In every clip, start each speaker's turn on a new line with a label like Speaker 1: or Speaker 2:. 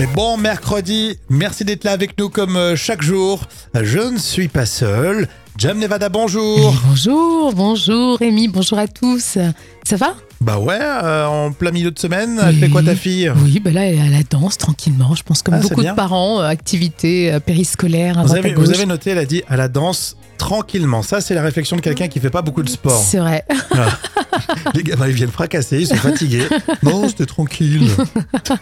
Speaker 1: Et bon mercredi, merci d'être là avec nous comme euh, chaque jour. Je ne suis pas seul. Jam Nevada, bonjour.
Speaker 2: Eh, Bonjour, bonjour Rémi, bonjour à tous. Ça va
Speaker 1: Bah ouais, euh, en plein milieu de semaine, elle fait quoi ta fille
Speaker 2: Oui, bah là, elle est à la danse tranquillement. Je pense comme
Speaker 1: Ah, c'est
Speaker 2: beaucoup
Speaker 1: bien.
Speaker 2: de parents, euh, activités euh, périscolaires, à
Speaker 1: vous
Speaker 2: droite
Speaker 1: avez,
Speaker 2: à gauche.
Speaker 1: vous avez noté, elle a dit à la danse tranquillement. Ça, c'est la réflexion de quelqu'un qui fait pas beaucoup de sport.
Speaker 2: C'est vrai.
Speaker 1: Les gamins, ils viennent fracasser, ils sont fatigués. non, c'était tranquille.
Speaker 2: Ça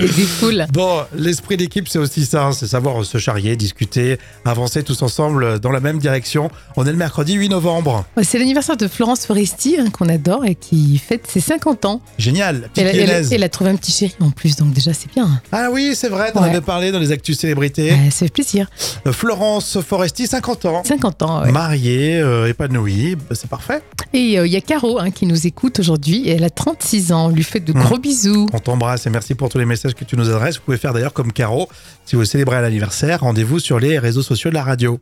Speaker 2: défoule.
Speaker 1: Bon, l'esprit d'équipe, c'est aussi ça, hein, c'est savoir se charrier, discuter, avancer tous ensemble dans la même direction. On est le mercredi 8 novembre.
Speaker 2: Ouais, C'est l'anniversaire de Florence Foresti, hein, qu'on adore et qui fête ses 50 ans.
Speaker 1: Génial, petite
Speaker 2: Elle, elle-
Speaker 1: lyonnaise.
Speaker 2: elle a trouvé un petit chéri en plus, donc déjà, c'est bien.
Speaker 1: Ah oui, c'est vrai, t'en
Speaker 2: Ouais.
Speaker 1: avais parlé dans les actus célébrités.
Speaker 2: Ouais, ça fait plaisir.
Speaker 1: Euh, Florence Foresti, 50 ans,
Speaker 2: 50 ans, ouais.
Speaker 1: mariée, euh, épanouie, bah, c'est parfait.
Speaker 2: Et euh, il y a Caro hein, qui nous écoute aujourd'hui. et Elle a 36 ans. On lui fait de
Speaker 1: Mmh.
Speaker 2: gros bisous.
Speaker 1: On t'embrasse et merci pour tous les messages que tu nous adresses. Vous pouvez faire d'ailleurs comme Caro, si vous célébrez un anniversaire, rendez-vous sur les réseaux sociaux de la radio.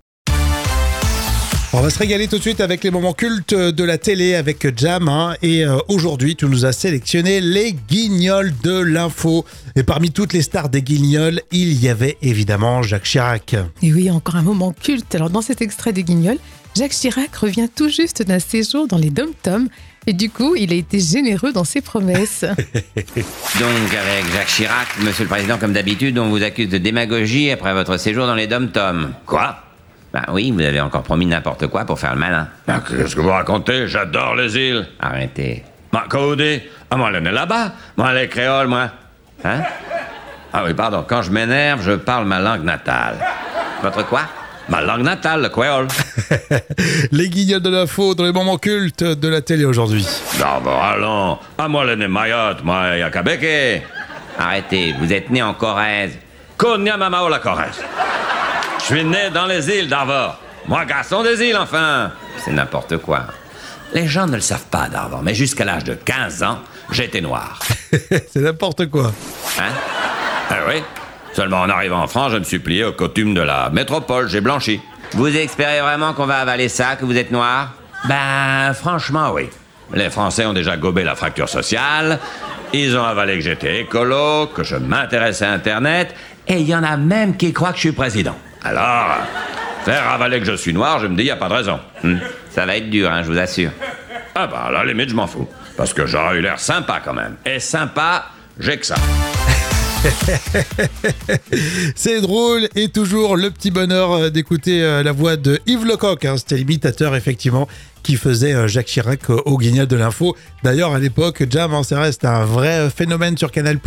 Speaker 1: On va se régaler tout de suite avec les moments cultes de la télé avec Jam. hein. et euh, aujourd'hui, tu nous as sélectionné les guignols de l'info. Et parmi toutes les stars des guignols, il y avait évidemment Jacques Chirac.
Speaker 2: Et oui, encore un moment culte. Alors, dans cet extrait des Guignols, Jacques Chirac revient tout juste d'un séjour dans les Dom-Tom. Et du coup, il a été généreux dans ses promesses.
Speaker 3: Donc avec Jacques Chirac, Monsieur le Président, comme d'habitude, on vous accuse de démagogie après votre séjour dans les dom-toms. Quoi Bah oui, vous avez encore promis n'importe quoi pour faire le malin.
Speaker 4: Ah, Qu'est-ce que vous racontez J'adore les îles.
Speaker 3: Arrêtez.
Speaker 4: Ma Cody, ah, moi, elle est là-bas.
Speaker 3: Moi, les créoles, moi. Hein Ah oui, pardon, quand je m'énerve, je parle ma langue natale. Votre quoi Ma langue natale, le créole.
Speaker 1: Les guignols de l'info dans les moments cultes de la télé aujourd'hui.
Speaker 4: Non, mais allons. Ah, moi, elle est née Mayotte, moi, Yakabeke.
Speaker 3: Arrêtez, vous êtes né en Corrèze.
Speaker 4: Konya Mamao, la Corrèze. Je suis né dans les îles d'Arvor. Moi, garçon des îles, enfin.
Speaker 3: C'est n'importe quoi. Les gens ne le savent pas d'avant, mais jusqu'à l'âge de 15 ans, j'étais noir.
Speaker 1: c'est n'importe quoi.
Speaker 3: Hein
Speaker 4: Ah oui Seulement en arrivant en France, je me suis plié aux coutumes de la métropole, j'ai blanchi.
Speaker 3: Vous espérez vraiment qu'on va avaler ça, que vous êtes noir
Speaker 4: Ben, franchement, oui. Les Français ont déjà gobé la fracture sociale. Ils ont avalé que j'étais écolo, que je m'intéressais à Internet.
Speaker 3: Et il y en a même qui croient que je suis président.
Speaker 4: Alors, faire avaler que je suis noir, je me dis, y a pas de raison.
Speaker 3: Hmm. Ça va être dur, hein, je vous assure.
Speaker 4: Ah bah, à la limite, je m'en fous. Parce que j'aurais eu l'air sympa quand même. Et sympa, j'ai que ça.
Speaker 1: C'est drôle et toujours le petit bonheur euh, d'écouter euh, la voix de Yves Lecoq. hein. C'était l'imitateur, effectivement, qui faisait euh, Jacques Chirac euh, au guignol de l'info. D'ailleurs, à l'époque, Jam, hein, ça reste un vrai euh, phénomène sur Canal+.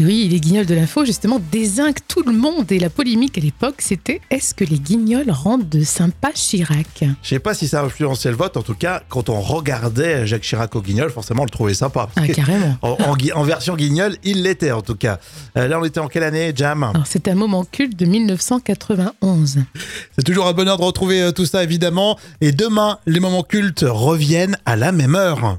Speaker 2: oui, les Guignols de l'info, justement, désinquent tout le monde. Et la polémique à l'époque, c'était est-ce que les Guignols rendent de sympa Chirac
Speaker 1: Je sais pas si ça a influencé le vote. En tout cas, quand on regardait euh, Jacques Chirac au guignol, forcément, on le trouvait sympa.
Speaker 2: Ah, carrément.
Speaker 1: En, en gui- en version guignol, il l'était, en tout cas. Euh, là, on était en quelle année, Jam
Speaker 2: Alors, c'est un moment culte de 1991.
Speaker 1: C'est toujours un bonheur de retrouver euh, tout ça, évidemment. Et demain, les moments cultes reviennent à la même heure.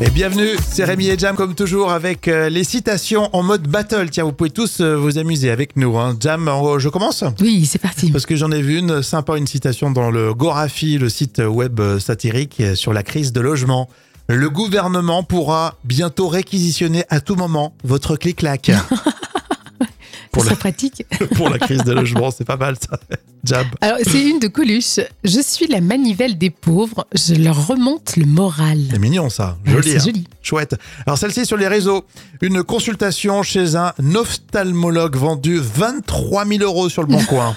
Speaker 1: Et bienvenue, c'est Rémi et Jam comme toujours avec euh, les citations en mode battle. Tiens, vous pouvez tous euh, vous amuser avec nous. hein. Jam, euh, je commence
Speaker 2: Oui, c'est parti.
Speaker 1: parce que j'en ai vu une sympa, une citation dans le Gorafi, le site web euh, satirique sur la crise de logement. Le gouvernement pourra bientôt réquisitionner à tout moment votre clic-clac.
Speaker 2: Ça
Speaker 1: pour
Speaker 2: sera
Speaker 1: la-
Speaker 2: pratique.
Speaker 1: Pour la crise de logement, c'est pas mal ça. Jam.
Speaker 2: Alors, c'est une de Coluche. Je suis la manivelle des pauvres. Je leur remonte le moral.
Speaker 1: C'est mignon ça,
Speaker 2: Ouais,
Speaker 1: joli.
Speaker 2: c'est
Speaker 1: hein.
Speaker 2: joli. Ah,
Speaker 1: Chouette. Alors celle-ci sur les réseaux, une consultation chez un ophtalmologue vendue 23 000 euros sur le bon coin.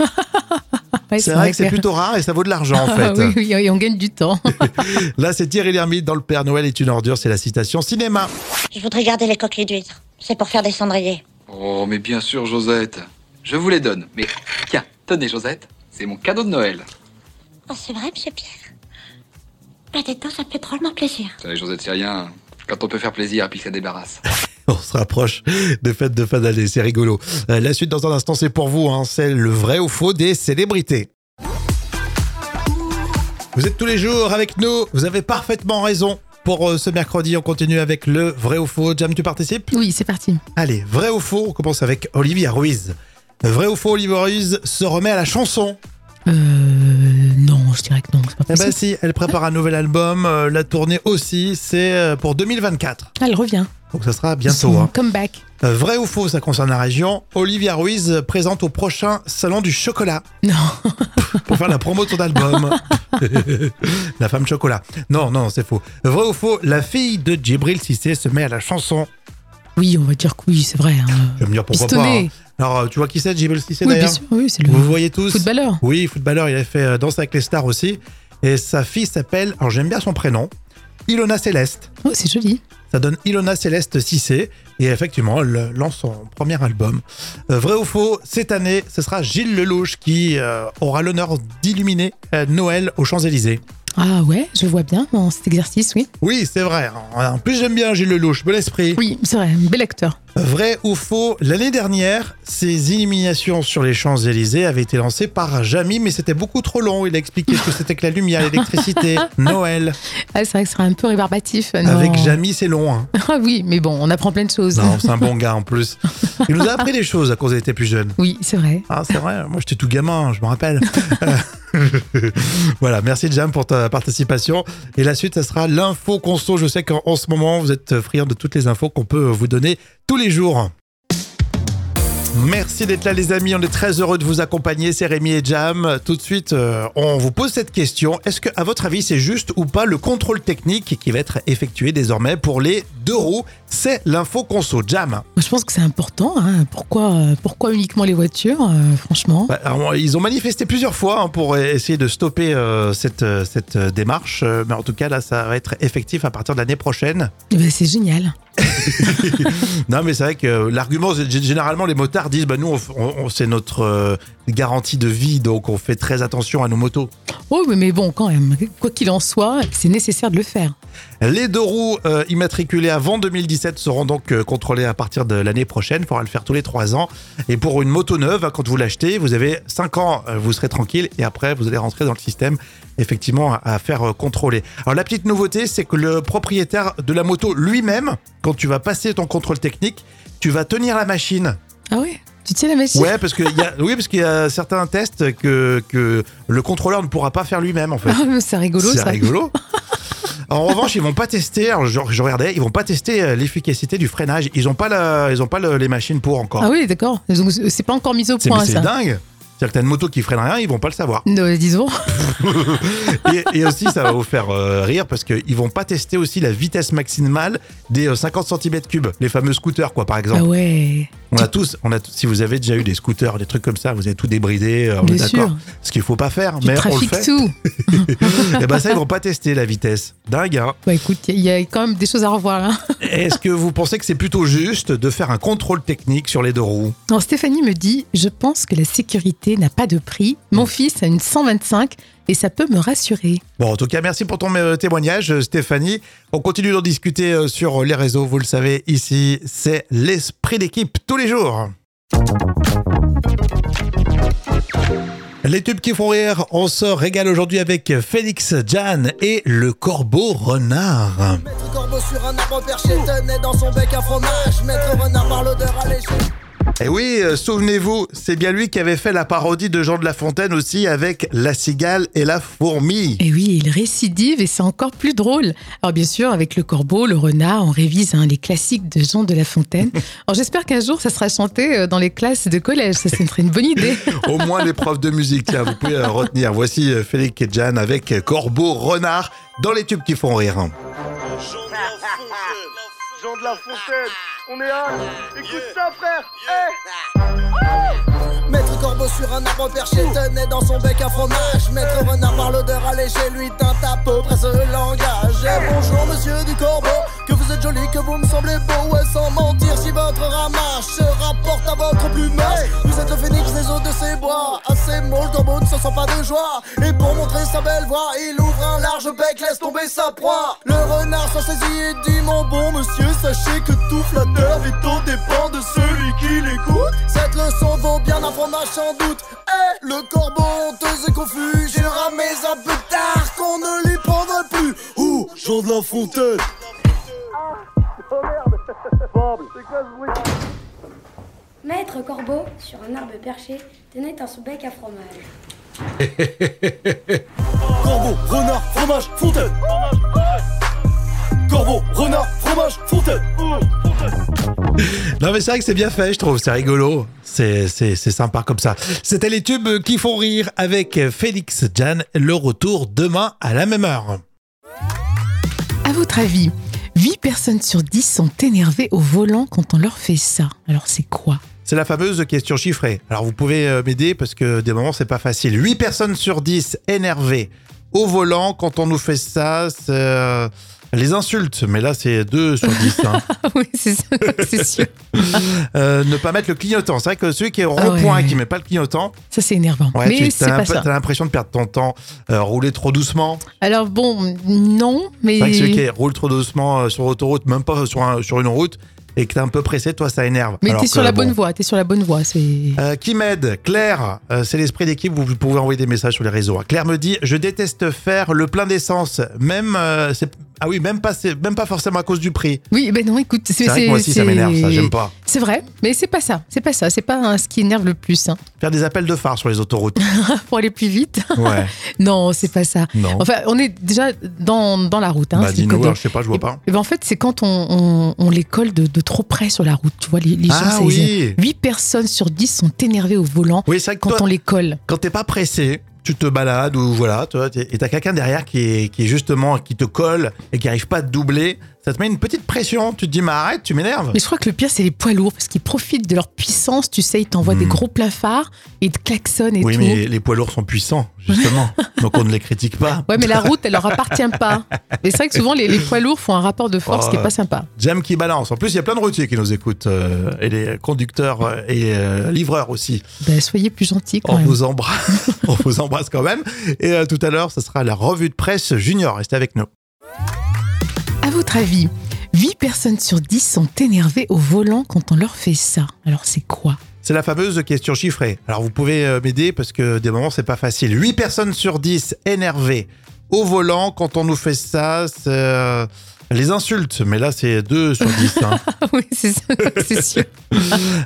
Speaker 2: Ouais,
Speaker 1: c'est vrai que c'est
Speaker 2: clair.
Speaker 1: plutôt rare et ça vaut de l'argent en fait.
Speaker 2: Ah oui, oui, et on gagne du temps.
Speaker 1: Là c'est Thierry Lhermitte dans Le Père Noël est une ordure, c'est la citation cinéma.
Speaker 5: Je voudrais garder les coquilles d'huîtres. C'est pour faire des cendriers.
Speaker 6: Oh, mais bien sûr, Josette. Je vous les donne. Mais tiens, tenez, Josette. C'est mon cadeau de Noël.
Speaker 5: Oh, c'est vrai, monsieur Pierre. Pas des dents, ça me fait drôlement plaisir.
Speaker 6: Vous savez, Josette, c'est rien. Quand on peut faire plaisir et puis que ça débarrasse.
Speaker 1: On se rapproche des fêtes de fin d'année, c'est rigolo. Euh, la suite dans un instant c'est pour vous, hein. c'est le vrai ou faux des célébrités. Vous êtes tous les jours avec nous, vous avez parfaitement raison. Pour euh, ce mercredi, on continue avec le vrai ou faux. Jam, tu participes
Speaker 2: Oui, c'est parti.
Speaker 1: Allez, vrai ou faux, on commence avec Olivia Ruiz. Vrai ou faux, Olivia Ruiz se remet à la chanson.
Speaker 2: Euh, non, je dirais que non, c'est pas
Speaker 1: Eh ben
Speaker 2: possible.
Speaker 1: si, elle prépare un nouvel album, euh, la tournée aussi, c'est euh, pour 2024.
Speaker 2: Ah, Elle revient.
Speaker 1: Donc ça sera
Speaker 2: Son
Speaker 1: bientôt. hein.
Speaker 2: Comeback.
Speaker 1: Euh, Vrai ou faux, ça concerne la région. Olivia Ruiz présente au prochain salon du chocolat
Speaker 2: Non.
Speaker 1: pour faire la promo de son album. la femme chocolat. Non, non, c'est faux. Vrai ou faux, la fille de Djibril Cissé se met à la chanson.
Speaker 2: Oui, on va dire que oui, c'est vrai. hein.
Speaker 1: Je vais me dire pourquoi pas. hein.
Speaker 2: Pistonné.
Speaker 1: Alors, euh, tu vois qui c'est Djibril Cissé
Speaker 2: Oui, bien
Speaker 1: d'ailleurs
Speaker 2: sûr, oui, c'est le
Speaker 1: Vous voyez tous
Speaker 2: footballeur.
Speaker 1: Oui, footballeur, il a fait euh, Danse avec les stars aussi. Et sa fille s'appelle, alors j'aime bien son prénom, Ilona Céleste.
Speaker 2: Oh, c'est joli.
Speaker 1: Ça donne Ilona Céleste Cissé. Et effectivement, elle lance son premier album. Euh, vrai ou faux, cette année, ce sera Gilles Lelouch qui euh, aura l'honneur d'illuminer euh, Noël aux Champs-Élysées.
Speaker 2: Ah ouais, je vois bien dans cet exercice, oui.
Speaker 1: Oui, c'est vrai. hein. En plus, j'aime bien Gilles Lelouch, bon esprit.
Speaker 2: Oui, c'est vrai, un bel acteur.
Speaker 1: Vrai ou faux, l'année dernière, ces illuminations sur les Champs-Élysées avaient été lancées par Jamy, mais c'était beaucoup trop long. Il a expliqué ce que c'était que la lumière, l'électricité, Noël.
Speaker 2: Ah, c'est vrai que ce serait un peu rébarbatif. euh, non.
Speaker 1: Avec Jamy, c'est long. hein.
Speaker 2: Ah oui, mais bon, on apprend plein de choses.
Speaker 1: Non, c'est un bon gars en plus. Il nous a appris des choses à cause était plus jeune.
Speaker 2: Oui, c'est vrai.
Speaker 1: Ah, c'est vrai, moi j'étais tout gamin, je me rappelle. Euh, voilà, merci Jam pour ta participation. Et la suite, ça sera l'info conso. Je sais qu'en en ce moment, vous êtes friand de toutes les infos qu'on peut vous donner tous les jours. Merci d'être là les amis, on est très heureux de vous accompagner, c'est Rémi et Jam. Tout de suite, euh, on vous pose cette question. Est-ce que à votre avis c'est juste ou pas le contrôle technique qui va être effectué désormais pour les deux roues C'est l'info conso Jam.
Speaker 2: Moi, je pense que c'est important. hein. Pourquoi, euh, pourquoi uniquement les voitures, euh, franchement
Speaker 1: Bah, alors, ils ont manifesté plusieurs fois hein, pour essayer de stopper euh, cette, euh, cette euh, démarche, Euh, mais en tout cas là, ça va être effectif à partir de l'année prochaine.
Speaker 2: Eh ben, C'est génial.
Speaker 1: Non, mais c'est vrai que euh, l'argument, c'est- g- généralement les motards disent, bah nous, on f- on- on- c'est notre euh, garantie de vie, donc on fait très attention à nos motos.
Speaker 2: Oh, oui, mais bon, quand même, quoi qu'il en soit, c'est nécessaire de le faire.
Speaker 1: Les deux roues euh, immatriculées avant 2017 seront donc euh, contrôlées à partir de l'année prochaine. Il faudra le faire tous les trois ans. Et pour une moto neuve, hein, quand vous l'achetez, vous avez cinq ans, euh, vous serez tranquille. Et après, vous allez rentrer dans le système, effectivement, à, à faire euh, contrôler. Alors, la petite nouveauté, c'est que le propriétaire de la moto lui-même, quand tu vas passer ton contrôle technique, tu vas tenir la machine.
Speaker 2: Ah ouais Tu tiens la machine
Speaker 1: Ouais, parce que il y a, oui, parce qu'il y a certains tests que, que le contrôleur ne pourra pas faire lui-même, en fait.
Speaker 2: Ah, mais c'est rigolo,
Speaker 1: C'est
Speaker 2: ça.
Speaker 1: rigolo. En revanche, ils vont pas tester. alors je, je regardais, ils vont pas tester euh, l'efficacité du freinage. Ils ont pas, la- ils ont pas le- les machines pour encore.
Speaker 2: Ah oui, d'accord. Donc, c'est pas encore mis au
Speaker 1: c'est mais
Speaker 2: point,
Speaker 1: c'est
Speaker 2: ça.
Speaker 1: dingue. C'est-à-dire que t'as une moto qui freine rien, ils vont pas le savoir.
Speaker 2: Non, disons.
Speaker 1: Et, et aussi, ça va vous faire euh, rire parce qu'ils vont pas tester aussi la vitesse maximale des euh, 50 cm3, les fameux scooters, quoi, par exemple.
Speaker 2: Ah ouais.
Speaker 1: On a tous, on a tous- si vous avez déjà eu des scooters, des trucs comme ça, vous avez tout débridé, euh, on
Speaker 2: Bien
Speaker 1: est d'accord.
Speaker 2: sûr.
Speaker 1: Ce qu'il faut pas faire,
Speaker 2: Tu
Speaker 1: mais on le
Speaker 2: trafiques
Speaker 1: fait.
Speaker 2: tout.
Speaker 1: Et ben ça, ils vont pas tester la vitesse. Dingue, hein.
Speaker 2: Bah écoute, il y, a quand même des choses à revoir hein. là.
Speaker 1: Est-ce que vous pensez que c'est plutôt juste de faire un contrôle technique sur les deux roues
Speaker 2: Non, Stéphanie me dit Je pense que la sécurité n'a pas de prix. Mon fils a une 125 et ça peut me rassurer.
Speaker 1: Bon, en tout cas, merci pour ton euh, témoignage, euh, Stéphanie. On continue d'en discuter euh, sur les réseaux. Vous le savez, ici, c'est l'esprit d'équipe tous les jours. Les tubes qui font rire, on se régale aujourd'hui avec Félix Jan et le corbeau renard.
Speaker 7: Maître corbeau sur un arbre perché tenait dans son bec un fromage. Maître renard par l'odeur alléchée.
Speaker 1: Et oui, euh, souvenez-vous, c'est bien lui qui avait fait la parodie de Jean de La Fontaine aussi avec la cigale et la fourmi.
Speaker 2: Et Eh oui, il récidive et c'est encore plus drôle. Alors bien sûr, avec le corbeau, le renard, on révise hein, les classiques de Jean de La Fontaine. Alors j'espère qu'un jour, ça sera chanté euh, dans les classes de collège. Ça, ce serait une bonne idée.
Speaker 1: Au moins les profs de musique, tiens, vous pouvez euh, retenir. Voici euh, Félix et Jan avec euh, Corbeau Renard dans les tubes qui font rire.
Speaker 8: Jean de la Fontaine, on est un. Écoute ça, frère. Eh,
Speaker 7: Maître corbeau sur un arbre perché tenait dans son bec un fromage. Maître renard par l'odeur alléchée lui tint à peu près ce langage. Et bonjour monsieur du corbeau, que vous êtes joli, que vous me semblez beau. Et sans mentir, si votre ramage se rapporte à votre plumage, vous êtes le phénix des eaux de ces bois. À ces mots, le corbeau ne se sent pas de joie. Et pour montrer sa belle voix, il ouvre un large bec, laisse tomber sa proie. Le renard s'en saisit et dit Mon bon monsieur, sachez que tout flatteur est au dépend de celui qui l'écoute. Cette leçon vaut bien un fromage sans doute. Eh, le corbeau honteux et confus, jura mais un peu tard qu'on ne l'y prendrait plus. Ouh, Jean de la Fontaine
Speaker 9: Maître Corbeau, sur un arbre perché, tenait un sous bec à fromage.
Speaker 7: Corbeau, renard, fromage, fontaine. Corbeau, renard, fromage, fontaine.
Speaker 8: Eh
Speaker 1: Non mais c'est vrai que c'est bien fait, je trouve, c'est rigolo, c'est c'est- c'est sympa comme ça. C'était les tubes qui font rire avec Félix Jan, le retour demain à la même heure.
Speaker 2: À votre avis, 8 personnes sur 10 sont énervées au volant quand on leur fait ça. Alors c'est quoi
Speaker 1: C'est la fameuse question chiffrée. Alors vous pouvez euh, m'aider parce que des moments c'est pas facile. 8 personnes sur 10 énervées au volant quand on nous fait ça, c'est, euh, les insultes, mais là c'est 2 sur 10. hein.
Speaker 2: Ah oui, c'est ça, c'est sûr.
Speaker 1: Euh, ne pas mettre le clignotant. C'est vrai que celui qui est au rond-point,
Speaker 2: Ah ouais,
Speaker 1: qui
Speaker 2: ouais.
Speaker 1: met pas le clignotant,
Speaker 2: Ça c'est énervant.
Speaker 1: ouais,
Speaker 2: mais
Speaker 1: tu
Speaker 2: c'est
Speaker 1: as
Speaker 2: pas
Speaker 1: l'imp-
Speaker 2: ça.
Speaker 1: t'as l'impression de perdre ton temps, euh, rouler trop doucement.
Speaker 2: Alors bon, non, mais
Speaker 1: C'est vrai que celui qui roule trop doucement euh, sur autoroute, même pas sur, un- sur une route, et que t'es un peu pressé, toi, ça énerve.
Speaker 2: mais
Speaker 1: Alors
Speaker 2: t'es
Speaker 1: que,
Speaker 2: sur la
Speaker 1: bon.
Speaker 2: bonne voie. T'es sur la bonne voie. C'est
Speaker 1: Euh, qui m'aide Claire, euh, c'est l'esprit d'équipe, vous pouvez envoyer des messages sur les réseaux. hein. Claire me dit Je déteste faire le plein d'essence, même. euh, c'est- ah oui, même pas, c'est- même pas forcément à cause du prix.
Speaker 2: oui, ben non, écoute, c'est
Speaker 1: C'est vrai que moi aussi, ça
Speaker 2: c'est-
Speaker 1: m'énerve, ça, j'aime pas.
Speaker 2: C'est vrai, mais c'est pas ça. C'est pas ça. C'est pas hein, ce qui énerve le plus. hein.
Speaker 1: Faire des appels de phare sur les autoroutes.
Speaker 2: Pour aller plus vite.
Speaker 1: Ouais,
Speaker 2: Non, c'est pas ça.
Speaker 1: non.
Speaker 2: Enfin, on est déjà dans, dans la route. Hein,
Speaker 1: bah,
Speaker 2: c'est le
Speaker 1: dis-nous,
Speaker 2: code.
Speaker 1: alors, je sais pas, je vois
Speaker 2: Et-
Speaker 1: pas.
Speaker 2: et ben en fait, c'est quand on, on, on les colle de, de trop près sur la route. Tu vois, les, les gens,
Speaker 1: Ah
Speaker 2: ça les énerve.
Speaker 1: oui
Speaker 2: 8 personnes sur 10 sont énervées au volant
Speaker 1: Oui, c'est vrai que
Speaker 2: quand
Speaker 1: toi,
Speaker 2: on les colle.
Speaker 1: quand t'es pas pressé, tu te balades ou voilà, tu vois, t'es- et t'as quelqu'un derrière qui est, qui est justement qui te colle et qui arrive pas à te doubler, ça te met une petite pression. Tu te dis mais arrête, tu m'énerves.
Speaker 2: Mais je crois que le pire, c'est les poids lourds, parce qu'ils profitent de leur puissance, tu sais, ils t'envoient
Speaker 1: Hmm.
Speaker 2: des gros plafards, ils te klaxonnent et
Speaker 1: Oui,
Speaker 2: tout.
Speaker 1: mais les poids lourds sont puissants justement, donc on ne les critique pas.
Speaker 2: Ouais, mais la route, elle leur appartient pas. Mais c'est vrai que souvent, les, les poids lourds font un rapport de force
Speaker 1: Oh.
Speaker 2: qui est pas sympa.
Speaker 1: Jam qui balance. En plus, il y a plein de routiers qui nous écoutent euh, et les conducteurs euh, et euh, livreurs aussi.
Speaker 2: Ben, soyez plus gentils quand
Speaker 1: On
Speaker 2: même.
Speaker 1: vous embrasse, on vous embrasse quand même. Et euh, tout à l'heure, ce sera la revue de presse junior. Restez avec nous.
Speaker 2: À votre avis, 8 personnes sur 10 sont énervées au volant quand on leur fait ça. Alors, c'est quoi
Speaker 1: C'est la fameuse question chiffrée. Alors vous pouvez euh, m'aider parce que des moments c'est pas facile. 8 personnes sur 10 énervées au volant quand on nous fait ça, c'est, euh, les insultes, mais là c'est 2 sur 10. hein.
Speaker 2: Ah oui, c'est ça, c'est sûr.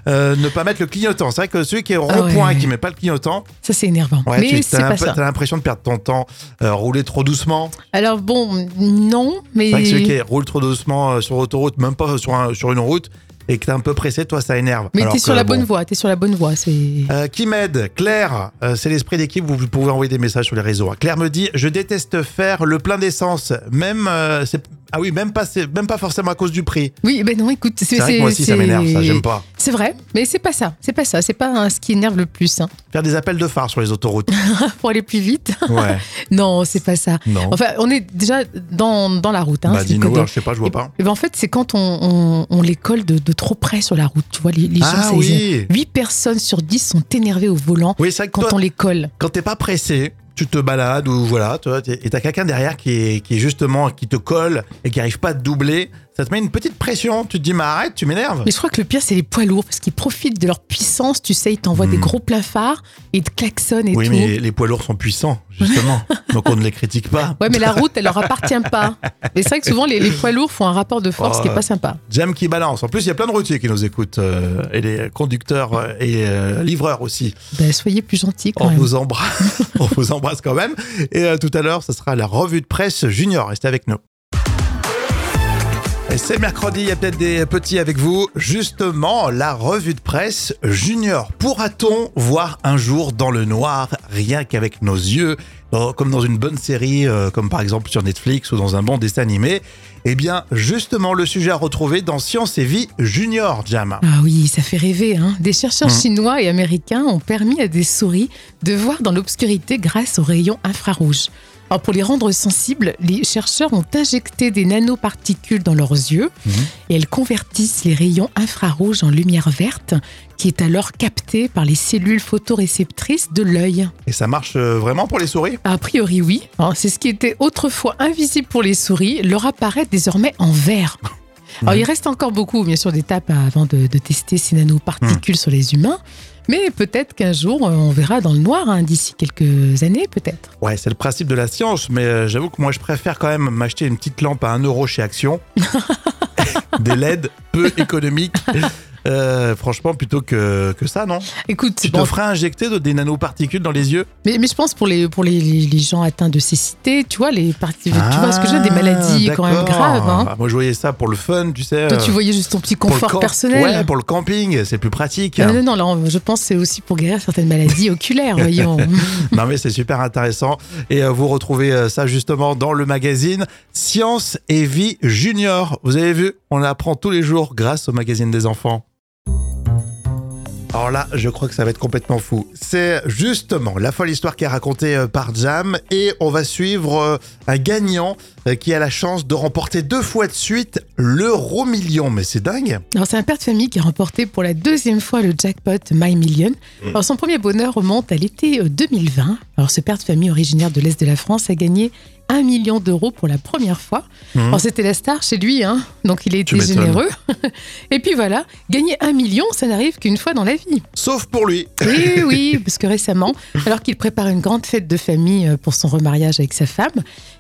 Speaker 1: Euh, ne pas mettre le clignotant. C'est vrai que celui qui est au
Speaker 2: Ah ouais,
Speaker 1: rond-point,
Speaker 2: ouais.
Speaker 1: qui met pas le clignotant,
Speaker 2: Ça, c'est énervant.
Speaker 1: ouais,
Speaker 2: mais
Speaker 1: tu
Speaker 2: c'est
Speaker 1: as
Speaker 2: pas ça.
Speaker 1: l'impression de perdre ton temps, euh, rouler trop doucement.
Speaker 2: Alors, bon, non, mais.
Speaker 1: C'est vrai que celui qui est- roule trop doucement euh, sur autoroute, même pas sur, un- sur une route, et que t'es un peu pressé, toi ça énerve.
Speaker 2: Mais
Speaker 1: Alors
Speaker 2: t'es
Speaker 1: que,
Speaker 2: sur la
Speaker 1: bon,
Speaker 2: bonne voie, t'es sur la bonne voie. C'est.
Speaker 1: Euh, qui m'aide Claire, euh, c'est l'esprit d'équipe, vous pouvez envoyer des messages sur les réseaux. hein. Claire me dit Je déteste faire le plein d'essence, même. euh, c'est- ah oui, même pas, c'est- même pas forcément à cause du prix.
Speaker 2: Oui, ben non, écoute, c'est.
Speaker 1: C'est vrai que moi aussi, ça
Speaker 2: c'est-
Speaker 1: m'énerve, ça, j'aime pas.
Speaker 2: C'est vrai, mais c'est pas ça. C'est pas ça. C'est pas hein, ce qui énerve le plus. hein.
Speaker 1: Faire des appels de phare sur les autoroutes.
Speaker 2: Pour aller plus vite.
Speaker 1: Ouais,
Speaker 2: non, c'est pas ça.
Speaker 1: non.
Speaker 2: Enfin, on est déjà dans, dans la route. Hein,
Speaker 1: bah,
Speaker 2: c'est le
Speaker 1: dis-nous,
Speaker 2: code.
Speaker 1: alors, je sais pas, je vois
Speaker 2: Et-
Speaker 1: pas.
Speaker 2: et ben en fait, c'est quand on, on, on les colle de, de trop près sur la route. Tu vois, les, les gens,
Speaker 1: Ah
Speaker 2: ça les énerve.
Speaker 1: oui
Speaker 2: 8 personnes sur 10 sont énervées au volant
Speaker 1: Oui, c'est vrai que
Speaker 2: quand
Speaker 1: toi,
Speaker 2: on les colle.
Speaker 1: quand t'es pas pressé, tu te balades ou voilà, tu vois, t'es- et t'as quelqu'un derrière qui est, qui est justement, qui te colle et qui arrive pas à te doubler, ça te met une petite pression. Tu te dis Mais arrête, tu m'énerves.
Speaker 2: Mais je crois que le pire, c'est les poids lourds, parce qu'ils profitent de leur puissance. Tu sais, ils t'envoient des
Speaker 1: Hmm.
Speaker 2: gros plafards, ils te klaxonnent et
Speaker 1: oui,
Speaker 2: tout.
Speaker 1: mais les poids lourds sont puissants, justement. Donc on ne les critique pas.
Speaker 2: Ouais, mais la route, elle leur appartient pas. Mais c'est vrai que souvent, les, les poids lourds font un rapport de force
Speaker 1: Oh.
Speaker 2: qui est pas sympa.
Speaker 1: Jam qui balance. En plus, il y a plein de routiers qui nous écoutent, euh, et les conducteurs euh, et euh, livreurs aussi.
Speaker 2: Ben, soyez plus gentils quand
Speaker 1: On
Speaker 2: même.
Speaker 1: vous, embrasse, on vous embrasse quand même. Et euh, tout à l'heure, ce sera la revue de presse junior. Restez avec nous. Et c'est mercredi, il y a peut-être des petits avec vous. Justement, la revue de presse junior. Pourra-t-on voir un jour dans le noir, rien qu'avec nos yeux, dans- comme dans une bonne série, euh, comme par exemple sur Netflix ou dans un bon dessin animé Eh bien, justement, le sujet à retrouver dans Science et Vie Junior, Jam.
Speaker 2: Ah oui, ça fait rêver. Hein. Des chercheurs
Speaker 1: Mhm.
Speaker 2: chinois et américains ont permis à des souris de voir dans l'obscurité grâce aux rayons infrarouges. Alors pour les rendre sensibles, les chercheurs ont injecté des nanoparticules dans leurs yeux
Speaker 1: Mhm.
Speaker 2: et elles convertissent les rayons infrarouges en lumière verte qui est alors captée par les cellules photoréceptrices de l'œil.
Speaker 1: Et ça marche euh, vraiment pour les souris
Speaker 2: A priori, oui.
Speaker 1: Ah.
Speaker 2: Alors, C'est ce qui était autrefois invisible pour les souris, leur apparaît désormais en vert. Alors,
Speaker 1: Mhm.
Speaker 2: il reste encore beaucoup, bien sûr, d'étapes à- avant de, de tester ces
Speaker 1: Hmm.
Speaker 2: nanoparticules sur les humains. Mais peut-être qu'un jour, euh, on verra dans le noir, hein, d'ici quelques années, peut-être.
Speaker 1: Ouais, c'est le principe de la science, mais euh, j'avoue que moi, je préfère quand même m'acheter une petite lampe à 1 euro chez Action. Des LED peu économiques. Euh, franchement, plutôt que, que ça, non
Speaker 2: Écoute,
Speaker 1: Tu
Speaker 2: bon,
Speaker 1: te feras injecter de- des nanoparticules dans les yeux
Speaker 2: mais, mais je pense pour les, pour les, les- les gens atteints de cécité, tu vois, les parties, tu vois ce que j'ai, des
Speaker 1: Ah,
Speaker 2: maladies quand même
Speaker 1: d'accord.
Speaker 2: graves. hein.
Speaker 1: Ah, moi, je voyais ça pour le fun, tu sais.
Speaker 2: Toi,
Speaker 1: euh,
Speaker 2: tu voyais juste ton petit
Speaker 1: pour le
Speaker 2: confort
Speaker 1: camp.
Speaker 2: personnel. Ah,
Speaker 1: Ouais, pour le camping, c'est plus pratique.
Speaker 2: Non, non, non, là, on- je pense que c'est aussi pour guérir certaines maladies oculaires, voyons.
Speaker 1: Non mais c'est super intéressant et euh, vous retrouvez euh, ça justement dans le magazine Science et Vie Junior. Vous avez vu, on apprend tous les jours grâce au magazine des enfants. Alors là, je crois que ça va être complètement fou. C'est justement la folle histoire qui est racontée euh, par Jam et on va suivre euh, un gagnant euh, qui a la chance de remporter deux fois de suite l'euro million. Mais c'est dingue
Speaker 2: Alors, c'est un père de famille qui a remporté pour la deuxième fois le jackpot My Million.
Speaker 1: Mm.
Speaker 2: Alors, son premier bonheur remonte à l'été euh, 2020. Alors, ce père de famille originaire de l'Est de la France a gagné 1 million d'euros pour la première fois.
Speaker 1: Mhm.
Speaker 2: Alors, c'était la star chez lui, hein, donc il a
Speaker 1: Tu
Speaker 2: été
Speaker 1: m'étonnes.
Speaker 2: généreux. Et puis voilà, gagner 1 million, ça n'arrive qu'une fois dans la vie.
Speaker 1: Sauf pour lui
Speaker 2: Oui, oui, parce que récemment, alors qu'il prépare une grande fête de famille euh, pour son remariage avec sa femme,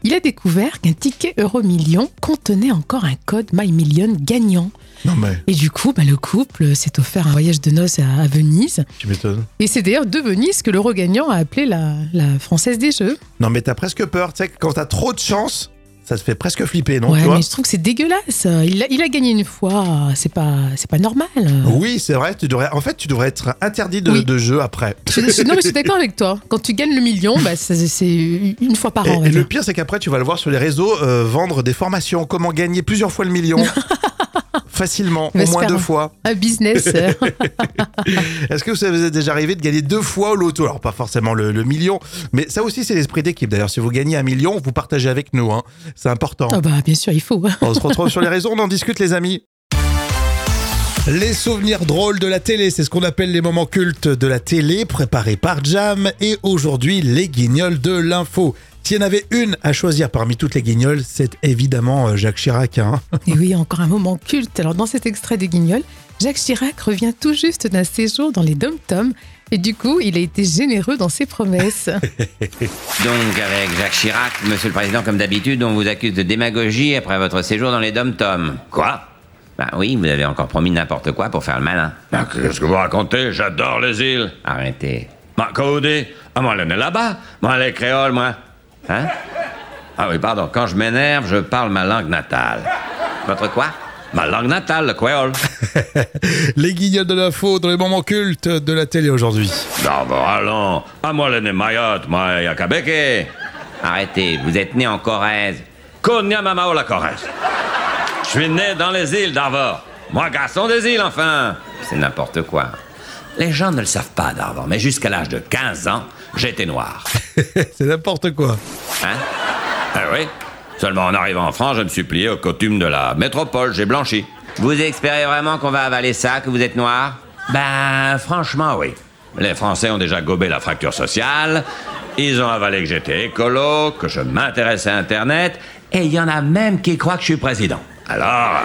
Speaker 2: il a découvert qu'un ticket euro million contenait encore un code My Million gagnant.
Speaker 1: Non mais,
Speaker 2: Et du coup, bah, le couple s'est offert un voyage de noces à, à Venise.
Speaker 1: tu m'étonnes.
Speaker 2: Et c'est d'ailleurs de Venise que l'euro gagnant a appelé la, la Française des Jeux.
Speaker 1: Non mais t'as presque peur, tu sais, que quand t'as trop de chance, ça te fait presque flipper, non
Speaker 2: ouais,
Speaker 1: tu vois
Speaker 2: mais je trouve que c'est dégueulasse. Il a, il a gagné une fois, c'est pas, c'est pas normal.
Speaker 1: Oui, c'est vrai. Tu devrais, en fait, tu devrais être interdit de,
Speaker 2: Oui.
Speaker 1: de jeu après.
Speaker 2: Je, je- non, mais je suis d'accord avec toi. Quand tu gagnes le million, bah, ça- c'est une fois par
Speaker 1: Et,
Speaker 2: an. on va
Speaker 1: et le
Speaker 2: dire.
Speaker 1: pire, c'est qu'après, tu vas le voir sur les réseaux euh, vendre des formations. Comment gagner plusieurs fois le million Facilement, au
Speaker 2: Va se
Speaker 1: moins
Speaker 2: faire
Speaker 1: deux
Speaker 2: un-
Speaker 1: fois.
Speaker 2: Un business. euh,
Speaker 1: Est-ce que ça vous est déjà arrivé de gagner deux fois au loto Alors, pas forcément le, le million, mais ça aussi, c'est l'esprit d'équipe. D'ailleurs, si vous gagnez un million, vous partagez avec nous. hein. C'est important.
Speaker 2: Ah bah bien sûr, il faut.
Speaker 1: On se retrouve sur les réseaux, on en discute les amis. Les souvenirs drôles de la télé, c'est ce qu'on appelle les moments cultes de la télé, préparés par Jam, et aujourd'hui les guignols de l'info. S'il y en avait une à choisir parmi toutes les guignols, c'est évidemment euh, Jacques Chirac. hein.
Speaker 2: Et oui, encore un moment culte. Alors dans cet extrait des Guignols, Jacques Chirac revient tout juste d'un séjour dans les Dom-Tom et du coup, il a été généreux dans ses promesses.
Speaker 3: Donc, avec Jacques Chirac, monsieur le président, comme d'habitude, on vous accuse de démagogie après votre séjour dans les dom-toms.
Speaker 4: Quoi
Speaker 3: Bah oui, vous avez encore promis n'importe quoi pour faire le malin.
Speaker 4: Ah, Qu'est-ce que vous racontez J'adore les îles.
Speaker 3: Arrêtez.
Speaker 4: Ma Cody Ah, moi, on est là-bas. Moi, les créoles, moi.
Speaker 3: Hein
Speaker 4: Ah oui, pardon, quand je m'énerve, je parle ma langue natale.
Speaker 3: Votre quoi
Speaker 4: Ma langue natale, le créole.
Speaker 1: Les guignols de l'info dans les moments cultes de la télé aujourd'hui.
Speaker 4: Non, bon, allons. Ah, moi, le Mayotte, moi, Yakabeke.
Speaker 3: Arrêtez, vous êtes né en Corrèze.
Speaker 4: Konya Mamao, la Corrèze. Je suis né dans les îles d'Arvor. Moi, garçon des îles, enfin.
Speaker 3: C'est n'importe quoi.
Speaker 4: Les gens ne le savent pas d'Arvor, mais jusqu'à l'âge de 15 ans, j'étais noir.
Speaker 1: c'est n'importe quoi.
Speaker 4: Hein Ah oui Seulement en arrivant en France, je me suis plié aux coutumes de la métropole, j'ai blanchi.
Speaker 3: Vous espérez vraiment qu'on va avaler ça, que vous êtes noir
Speaker 4: Ben, franchement, oui. Les Français ont déjà gobé la fracture sociale, ils ont avalé que j'étais écolo, que je m'intéressais à Internet, et il y en a même qui croient que je suis président. Alors,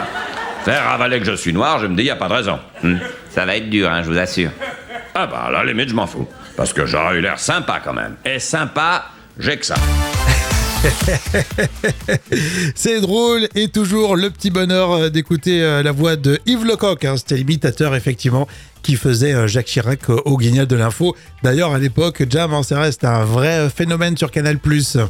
Speaker 4: faire avaler que je suis noir, je me dis, y a pas de raison.
Speaker 3: Hmm, Ça va être dur, hein, je vous assure.
Speaker 4: Ah ben, à la limite, je m'en fous. Parce que j'aurais eu l'air sympa quand même. Et sympa, j'ai que ça.
Speaker 1: C'est drôle et toujours le petit bonheur euh, d'écouter euh, la voix de Yves Lecoq. hein. C'était l'imitateur, effectivement, qui faisait euh, Jacques Chirac euh, au Guignol de l'info. D'ailleurs, à l'époque, Jam, en vrai, c'était un vrai euh, phénomène sur Canal+.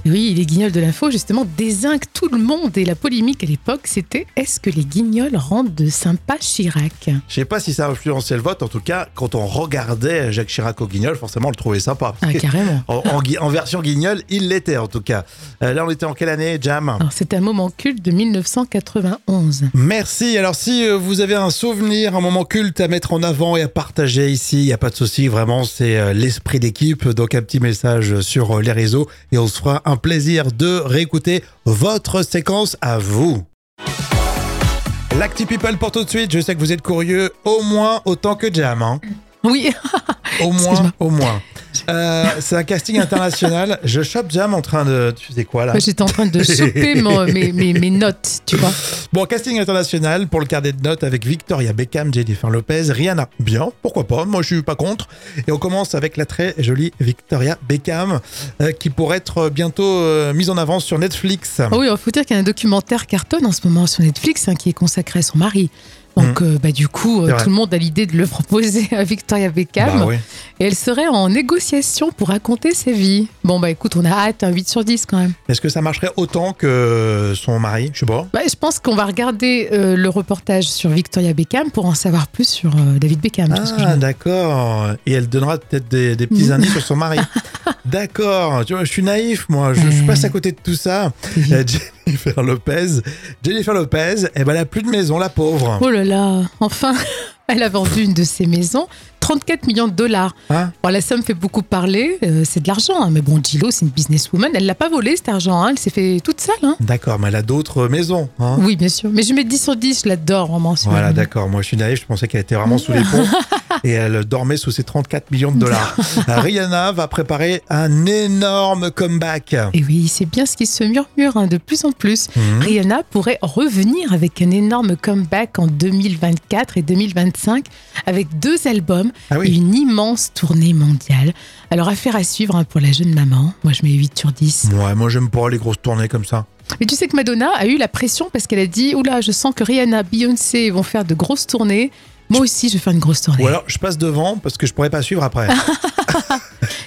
Speaker 2: Oui, les Guignols de l'info, justement, désinquent tout le monde. Et la polémique à l'époque, c'était est-ce que les Guignols rendent de sympa Chirac
Speaker 1: Je sais pas si ça a influencé le vote. En tout cas, quand on regardait euh, Jacques Chirac au Guignol, forcément, on le trouvait sympa.
Speaker 2: Ah, carrément.
Speaker 1: en, en gui- en version Guignol, il l'était, en tout cas. Euh, là, on était en quelle année, Jam
Speaker 2: Alors, c'est un moment culte de 1991.
Speaker 1: Merci. Alors si euh, vous avez un souvenir, un moment culte à mettre en avant et à partager ici, il n'y a pas de souci, vraiment c'est euh, l'esprit d'équipe. Donc un petit message sur euh, les réseaux et on se fera un plaisir de réécouter votre séquence à vous. L'actu people pour tout de suite, je sais que vous êtes curieux au moins autant que Jam. hein.
Speaker 2: Oui,
Speaker 1: Au moins,
Speaker 2: Excuse-moi.
Speaker 1: au moins. Euh, c'est un casting international. Je chope Jam en train de... Tu sais quoi là
Speaker 2: j'étais en train de choper mon- mes, mes- mes notes, tu vois.
Speaker 1: Bon, casting international pour le carnet de notes avec Victoria Beckham, Jennifer Lopez, Rihanna. Bien, pourquoi pas, moi je suis pas contre. Et on commence avec la très jolie Victoria Beckham euh, qui pourrait être bientôt euh, mise en avant sur Netflix.
Speaker 2: Oh, Ah oui, il faut dire qu'il y a un documentaire cartonne en ce moment sur Netflix hein, qui est consacré à son mari. Donc, euh, bah, du coup,
Speaker 1: Mmh.
Speaker 2: euh,
Speaker 1: C'est vrai.
Speaker 2: tout le monde a l'idée de le proposer à Victoria Beckham.
Speaker 1: Bah oui.
Speaker 2: Et elle serait en négociation pour raconter sa vie. Bon, bah écoute, on a hâte, un 8 sur 10 quand même.
Speaker 1: Est-ce que ça marcherait autant que euh, son mari Je sais pas.
Speaker 2: Bah, je pense qu'on va regarder euh, le reportage sur Victoria Beckham pour en savoir plus sur euh, David Beckham. tu vois ce que je veux
Speaker 1: Ah,
Speaker 2: dire.
Speaker 1: d'accord. Et elle donnera peut-être des, des petits indices sur son mari. D'accord. Tu vois, je suis naïf, moi. Je, je
Speaker 2: Ouais.
Speaker 1: passe à côté de tout ça. Euh, Jennifer Lopez. Jennifer Lopez, eh ben, elle a plus de maison, la pauvre.
Speaker 2: Oh là là, enfin, elle a vendu une de ses maisons, 34 millions de dollars.
Speaker 1: Hein
Speaker 2: Bon, la somme fait beaucoup parler, euh, c'est de l'argent, hein. mais bon, Gillo, c'est une businesswoman, elle l'a pas volé cet argent, hein. elle s'est fait toute seule. hein.
Speaker 1: D'accord, mais elle a d'autres maisons. hein.
Speaker 2: Oui, bien sûr, mais je mets 10 sur 10, je l'adore vraiment. celui-là.
Speaker 1: Voilà, d'accord. Moi, je suis naïf. Je pensais qu'elle était vraiment sous les ponts et elle dormait sous ses 34 millions de dollars. Euh, Rihanna va préparer un énorme comeback.
Speaker 2: Et oui, c'est bien ce qui se murmure hein, de plus en plus.
Speaker 1: Mhm.
Speaker 2: Rihanna pourrait revenir avec un énorme comeback en 2024 et 2025 avec deux albums
Speaker 1: Ah oui.
Speaker 2: et une immense tournée mondiale. Alors, affaire à suivre hein, pour la jeune maman. Moi, je mets 8 sur 10.
Speaker 1: Ouais, moi, j'aime pas les grosses tournées comme ça.
Speaker 2: Mais tu sais que Madonna a eu la pression parce qu'elle a dit Oula, je sens que Rihanna, Beyoncé vont faire de grosses tournées. Moi aussi, je vais faire une grosse tournée.
Speaker 1: Ou alors, je passe devant parce que je pourrais pas suivre après.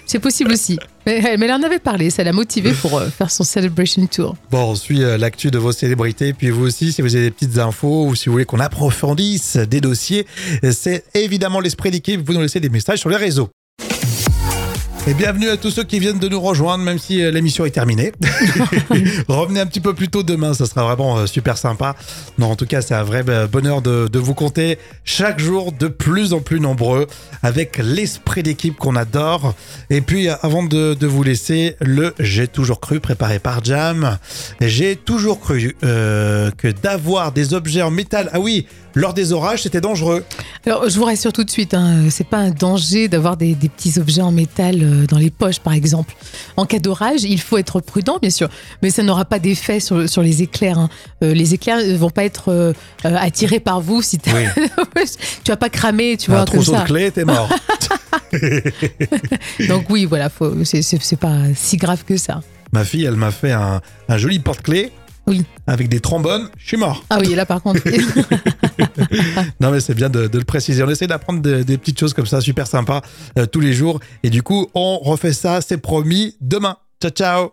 Speaker 2: C'est possible aussi. Mais, mais elle en avait parlé, ça l'a motivée pour euh, faire son Celebration Tour.
Speaker 1: Bon, on suit euh, l'actu de vos célébrités, puis vous aussi, si vous avez des petites infos ou si vous voulez qu'on approfondisse des dossiers, euh, c'est évidemment l'esprit d'équipe, vous nous laissez des messages sur les réseaux. Et bienvenue à tous ceux qui viennent de nous rejoindre, même si euh, l'émission est terminée. Revenez un petit peu plus tôt demain, ça sera vraiment euh, super sympa. Non, en tout cas, c'est un vrai euh, bonheur de, de vous compter chaque jour de plus en plus nombreux avec l'esprit d'équipe qu'on adore. Et puis, euh, avant de, de vous laisser, le J'ai toujours cru préparé par Jam. J'ai toujours cru euh, que d'avoir des objets en métal, ah oui, lors des orages, c'était dangereux.
Speaker 2: Alors, je vous rassure tout de suite, hein, c'est pas un danger d'avoir des, des petits objets en métal euh, dans les poches, par exemple. En cas d'orage, il faut être prudent, bien sûr, mais ça n'aura pas d'effet sur, sur les éclairs. hein. Euh, les éclairs ne vont pas être euh, euh, attirés par vous si t'as- tu vas pas cramer, tu vois,
Speaker 1: un
Speaker 2: comme
Speaker 1: trousseau
Speaker 2: ça.
Speaker 1: Ah, de clés, t'es mort.
Speaker 2: Donc oui, voilà, faut- c'est- c'est c'est pas si grave que ça.
Speaker 1: Ma fille, elle m'a fait un, un joli porte-clés.
Speaker 2: Oui.
Speaker 1: Avec des trombones, je suis mort.
Speaker 2: Ah oui, là par contre,
Speaker 1: Non, mais c'est bien de, de le préciser. On essaie d'apprendre de- des petites choses comme ça, super sympa, euh, tous les jours. Et du coup, on refait ça, c'est promis, demain. Ciao, ciao.